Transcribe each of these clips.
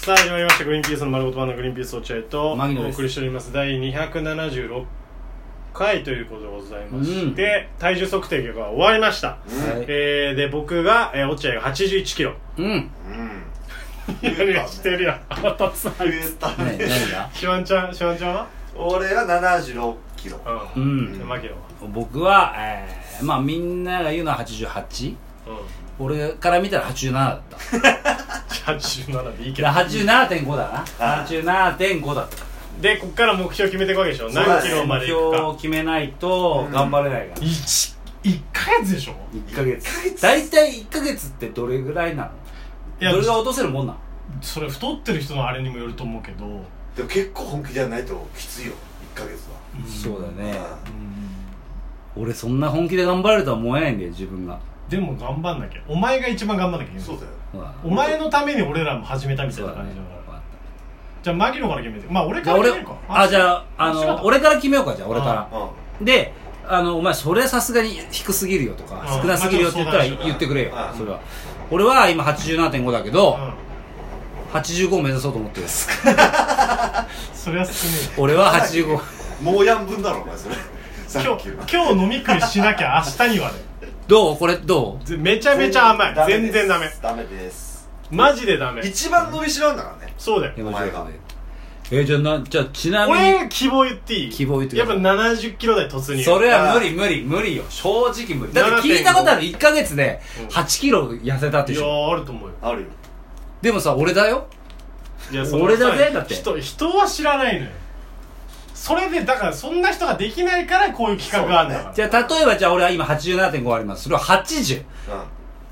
さあ始まりました「グリーンピースの丸ごと版のグリーンピース落合」と牧野おです送りしております第276回ということでございまして、体重測定結果が終わりました、はいえー、で僕が、えー、落合が8 1キロうんうんやりやしてるや ん腹立つな増えた何ね何がシワンちゃんシワンちゃんは 俺は76キロううんんマキロは僕は、えー、まあみんなが言うのは88うん俺から見たら87だった87でいいけいどや87.5だな87.5だったでこっから目標決めていくわけでしょうだね何キロま目でい標くをか決めないと頑張れないから、 1ヶ月でしょ1ヶ月大体1ヶ月ってどれぐらいなのいやどれが落とせるもんなのそれ太ってる人のあれにもよると思うけどでも結構本気じゃないときついよ1ヶ月はそうだねうん俺そんな本気で頑張れるとは思えないんだよ自分がでも頑張んなきゃお前が一番頑張んなきゃいけないそうだよほらお前のために俺らも始めたみたそいうなだ感ねじだから、わかっじゃあ牧野から決めてまあ俺たかじゃあ俺ら決めるかあじゃああ柴田の俺から決めようかじゃあ俺からうであのお前それさすがに低すぎるよとかうん少なすぎるよって言ったらまあちょっと言ってくれようんそれは俺は今87.5だけどうん85を目指そうと思ってる そりゃ少ね俺は85 んもうやん分だろお前それえ3今キロ日今日飲み食いしなきゃ明日にはねどうこれどぜめちゃめちゃ甘い全然ダメダメですマジでダメ一番伸びしろなんだからねそうだようお前がえじゃあなじゃあちなみに俺希望言っていい希望言ってくやだっさぱい70キロ台突入それは無理無理無理よ正直無理だって聞いたことある1ヶ月で8キロ痩せたっていでやしょーあると思うよあるよでもさ俺だよいや俺だぜそだのって人人は知らないのよそれでだからそんな人ができないからこういう企画があるんだからじゃあ例えばじゃあ俺は今87.5ありますそれは80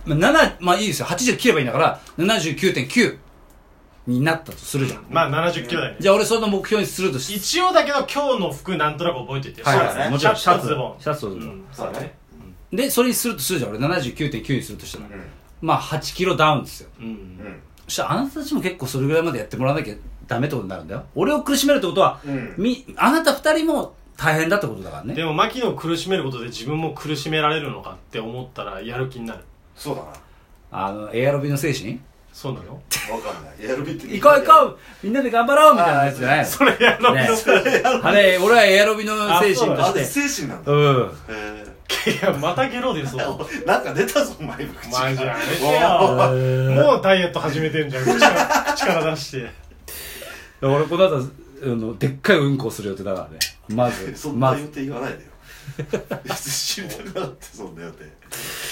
まあ、7まあいいですよ80切ればいいんだから79.9になったとするじゃん、まあ70キロ台ねじゃあ俺その目標にするとし一応だけど今日の服なんとなく覚えてて、はいそうだはいねもちろんシシャャツツズボンシャツをズボンうんそうだねでそれにするとするじゃん俺79.9にするとしたら、んまあ8キロダウンですようんううんんそしたらあなたたちも結構それぐらいまでやってもらわなきゃダメってことになるんだよ俺を苦しめるってことは、うんみあなた2人も大変だってことだからねでも牧野を苦しめることで自分も苦しめられるのかって思ったらやる気になるそうだなあのエアロビの精神そうなの分かんないやるべき行こう行こうみんなで頑張ろうみたいなやつじゃないそれやろうよ、ねのあれ俺はエアロビの精神とあしれて精神なんだうんえ いやまたゲロ出そう ーなんか出たぞ前向きマジやめておよもうダイエット始めてんじゃん口から力出して俺この後あのでっかいうんこする予定だからねまず そんまなず予定言わないでよ別に知りたくなかったそんな予定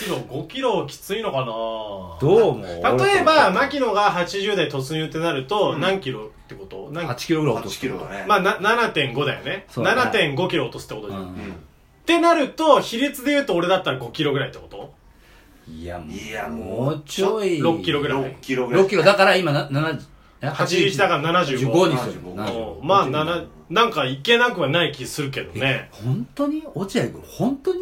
キロ5キロきついのかなどうも例えば牧野が80代突入ってなると何キロってこと何8キロぐらい落と8すキロだねまあな7.5だよねそうだね7.5キロ落とすってことじゃんうんってなると比率で言うと俺だったら5キロぐらいってこといやもういやももううちょい6キロぐらい6キロぐらい6キロだから今な7え81だから75 5にする75うん75まあ7なんかいけなくはない気するけどね本当に落合君本当に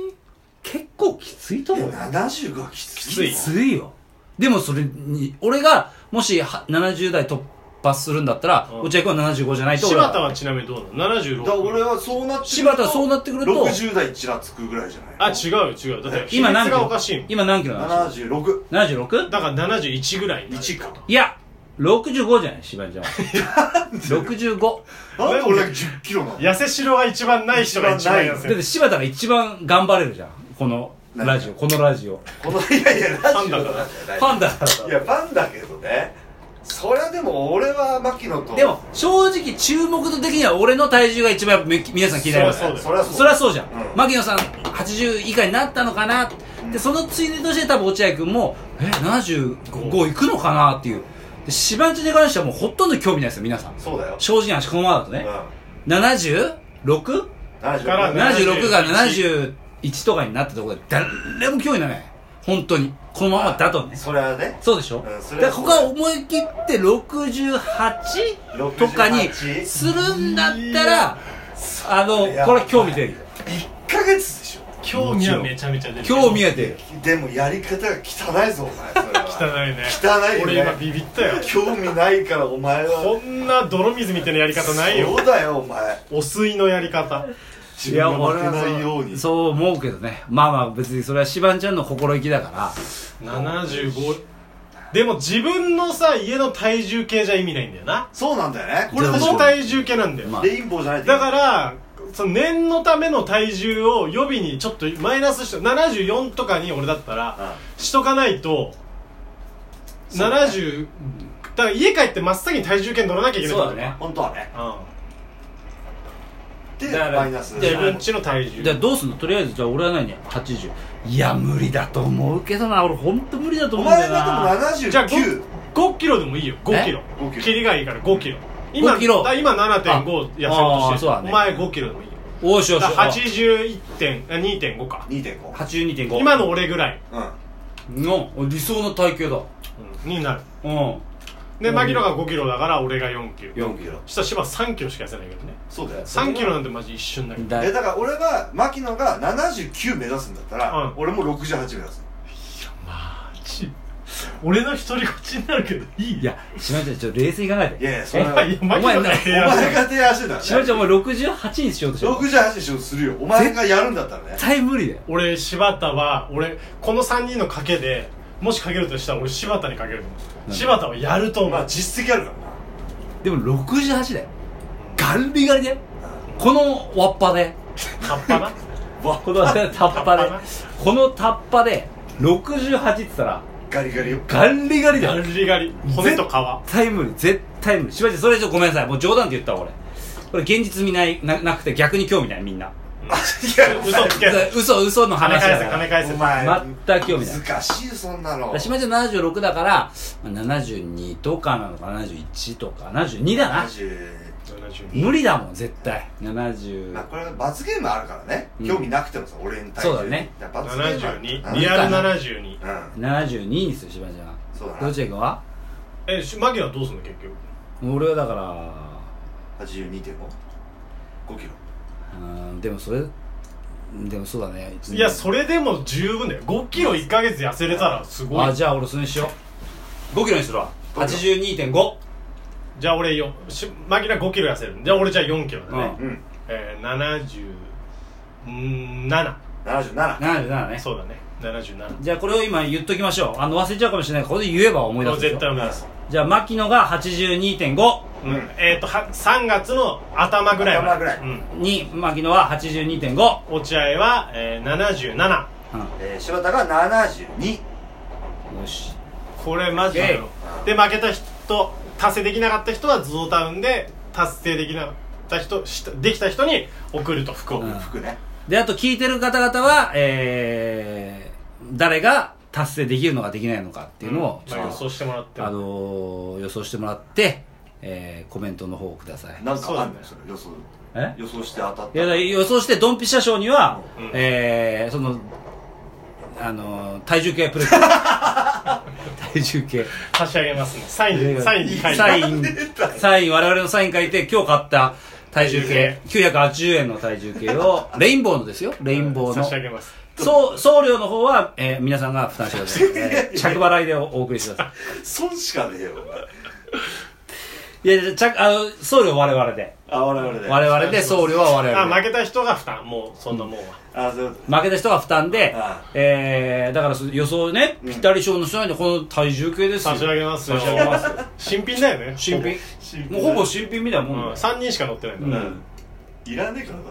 結構きついとい思うよや75はきついききついよでもそれに俺がもしは70代突破するんだったらうん落合君は75じゃないと柴俺田はちなみにどうなのだから俺 ?76 はそうなって柴田はそうなってくると60代ちらつくぐらいじゃあない違うよ違うだって比率今何キがおロかしいもん今何キロなの76 76? だから71ぐらいになる1かいや、65じゃない、しばちゃんは。65。なんで俺1 0キロなの痩せしろが一番ない人が一番痩だっせて柴田が一番頑張れるじゃん。このラジオ、このラジオ。このいやいやラジオファンだからファンだからいやファンだけどねそりゃでも俺は牧野とでも、正直、注目度的には俺の体重が一番やっぱみ皆さん気になりますそうだよそりゃそうそりゃそうじゃんう。ん牧野さん、80以下になったのかな。で、そのついでとして多分落合君も、え、75いくのかなっていう。で、しばちゃんに関してはもうほとんど興味ないですよ、皆さん。そうだよ正直な話、このままだとね。う 76? ん76からね76が71とかになったところで誰も興味ない本当にこのままだとねそりゃねそうでしょ、うんそだれかはらここは思い切って68とかに68するんだったらあのいやこれ興味出るよ1ヶ月でしょ興味はめちゃめちゃ出る興味は出るでもやり方が汚いぞお前それ汚はいね汚いよね俺今ビビったよ興味ないからお前はこんな泥水みたいなやり方ないよそうだよお前お吸いのやり方自分が負けないようにそう思うけどねまあまあ別にそれはシバンちゃんの心意気だから75でも自分のさ家の体重計じゃ意味ないんだよなそうなんだよねここれれでこもの体重計なんだよ、まあレインボーじゃないとだからその念のための体重を予備にちょっとマイナスして74とかに俺だったららしとかないとそうだね70だから家帰って真っ先に体重計乗らなきゃいけないそうだね本当はねうでだからマイナスんで自分ちの体重じゃあどうすんのとりあえずじゃあ俺は何や80いや無理だと思うけどな俺本当無理だとお思うんだ前よがでもなじゃあ 5, 79 5キロでもいいよ5キロえ5キロ切りがいいから5キロ今5キロだ今7.5痩せようとあしーてそうるだねお前5キロでもいいよおーしよしだよからし81.2.5か2.5 82.5今の俺ぐらいうんの理想の体型だうんになるうんでうん牧野が5キロだから俺が4キロ4キロそしたら芝3キロしか痩せないけどねそうだよ3キロなんてマジ一瞬だけどだえだから俺は牧野が79目指すんだったら、うん俺も68目指すマジ俺の独り勝ちになるけどいいいや島ちゃんちょっと冷静に考えいてやいやそれおはお前牧野が前提案したが提案してた島ちんゃだんお前68にしようとしてる絶68でしょするよお前がやるんだったらね対無理だよ俺柴田は俺この3人の賭けでもし賭けるとしたら俺柴田に賭けると思う何柴田はやると思まあう実績あるからでも68だよガンリガリだよこのわっぱでカッパなこのタッパタでッパなこのタッパで68って言ったらなガリガリよガンリガリだガよリガリ骨と皮絶対無理絶対無理しばちゃんそれ以上ごめんなさいもう冗談で言ったわ俺これ現実見ないななくて逆に興味ないみんな嘘つけ嘘嘘の金話返だせか金ら返せお前全く興味ない難しいよそんなのしばちゃん76だからまあ72とかなのか71とか72だな70無理だもん絶対70まあこれは罰ゲームあるからね、うん興味なくてもさ俺に対してそうだね罰ゲームあ72るリアル72うんうん72にするしばちゃんそうだなどっちがはえしマギはどうすんの結局俺はだから82.55キロうんでもそれでもそうだねいやそれでも十分だよ5キロ1ヶ月痩せれたらすごあいじゃあ俺それにしよう5キロにするわ82.5じゃあ俺よしマギラ5キロ痩せるじゃあ俺じゃあ4キロだね、うんえー、77 77 77ねそうだね77じゃあこれを今言っときましょうあの忘れちゃうかもしれないからこれで言えば思い出もすうでしょ絶対無理です、じゃあ牧野が82.5うんうんえっ、ー、とは3月の頭ぐらいまで頭ぐらいうん、に牧野は82.5落合は、えー、77えー、柴田が72うんよしこれマジだよで負けた人達成できなかった人はゾウタウンで達成できなかった人したできた人に送ると服を、うん服ねであと聞いてる方々はえー、誰が達成できるのかできないのかっていうのを、まあ、予想してもらってあのー、予想してもらって、えー、コメントの方をくださいなんかあんのよそそれ予想え予想して当たっいたやだ予想してドンピシャ賞には、うんえー、そのあのー、体重計プレゼン ト体重計差し上げますねサインサインに書いてサインサイン我々のサイン書いて今日買った体重計980円の体重計をレインボーのですよレインボー差し上のげますそう送料の方は、えー皆さんが負担してください、えー着払いでおお送りしてくださ損しかねえよお前いいやいや着あの送料我々であ我々で我々で送料は我あ々負でけた人が負担もうそんなもんは、あそういうこ負けた人が負担でああ、えー、だからそ予想ね、うんぴったり賞の人なんでこの体重計ですよ差し上げますよ差し上げますよ新品だよね新品新品もうほぼ新品みたいなほもんぼ、うん、だよ、 3人しか乗ってないんとだ、うねんいらねえからだ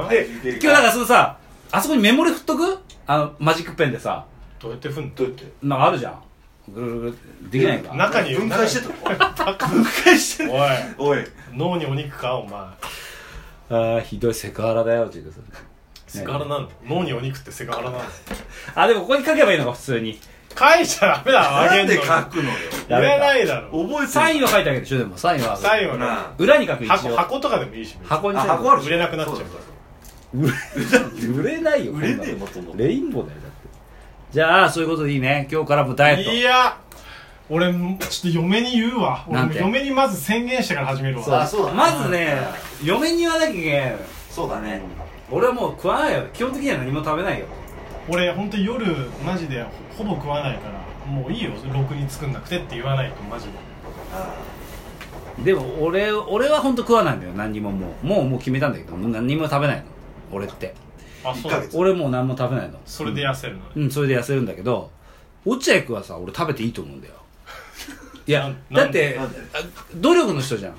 うんあで今日だからそのさあそこにメモリ振っとくあのマジックペンでさどうやって踏んのどうやってなんかあるじゃんぐるぐるぐるできないか中に分解してた分解して中にたおいおい脳にお肉かお前あーひどいセクハラだよって言うとセクハラなんだ脳にお肉ってセクハラなんだあでもここに書けばいいのか普通に書いちゃダメだあなげんんのでに書いくのよらないだろ覚えてサインはは書いてあげるでしょでもサインはサインはねな裏に書く一箱応箱とかでもいいし別に箱にあサイン箱ある売れなくなっちゃうから売れ 売れないよ売れねこえんなのもともとレインボーだよだってじゃあそういうことでいいね今日からもダイエットいや俺ちょっと嫁に言うわ俺なんもて嫁にまず宣言してから始めるそうわあだまずね嫁に言わなきゃいけないのよそうだね俺はもう食わないよ基本的には何も食べないよ俺本当夜マジでほぼ食わないからもういいよろくに作んなくてって言わないとマジででも俺俺は本当食わないんだよ何にももうもうもう決めたんだけどもう何にも食べないの俺ってあ一ヶ月俺もう何も食べないのそれで痩せるのねうんそれで痩せるんだけど落合君はさ俺食べていいと思うんだよいやなだってなんでなんであ努力の人じゃん、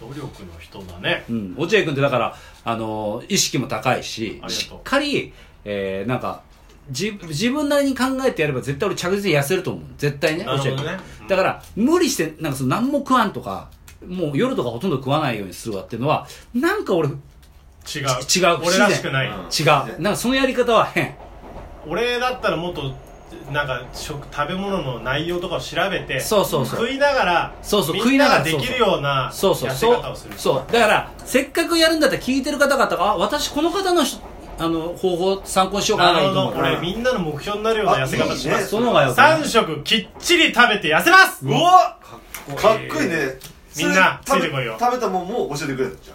努力の人だねうん、落合君ってだから、あのー意識も高いしありがとうしっかり、えーなんかじ自分なりに考えてやれば絶対俺着実に痩せると思う絶対ねなるほどね落合君だから無理してなんかその何も食わんとかもう夜とかほとんど食わないようにするわっていうのはなんか俺違う違うち違う俺らしくない、うんなんかそのやり方は変俺だったらもっとなんか食食べ物の内容とかを調べてそうそうそう食いながらそうそうみんなが食いでながらきるようなそ痩うそうせそう方をするそうだからせっかくやるんだったら聞いてる方々があ私この方のしあの方法参考にしようかななるとほ思どうから俺みんなの目標になるような痩せ方しまあすいいねその方がよくない3食きっちり食べて痩せますうおっかっこいいねみんなそれついてこいよ食べ食べたもんも教えてくれるのじゃ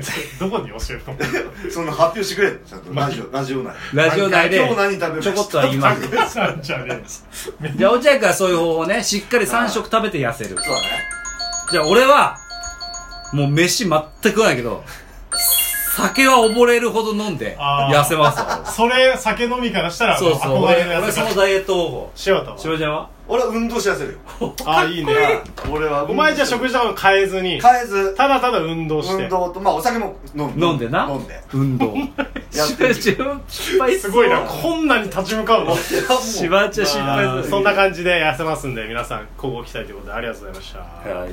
ってどこに教える のその発表してくれるのちゃんとラジオラジオ内ラジオ内で今日何食べまちしたょこっとは言います高橋さんじゃねえじゃあ落合君はそういう方法をねしっかり3食食べて痩せるそうだねじゃあ俺はもう飯全く食わないけど酒は溺れるほど飲んであー痩せ ますそれ酒飲みからしたらそうそうも俺憧れの俺やつそのダイエット方法柴田はしばちゃんは俺は運動して痩せるよあいいね俺は運動お前じゃあ食事とかも変えずに変えずただただ運動して運動とまあお酒も飲んで飲んでな飲んで運動 やってみるしば失敗しそすうごいなこんなに立ち向かうのしばちゃん失敗まあするそんな感じで痩せますんで皆さんここ期待ということでありがとうございましたはい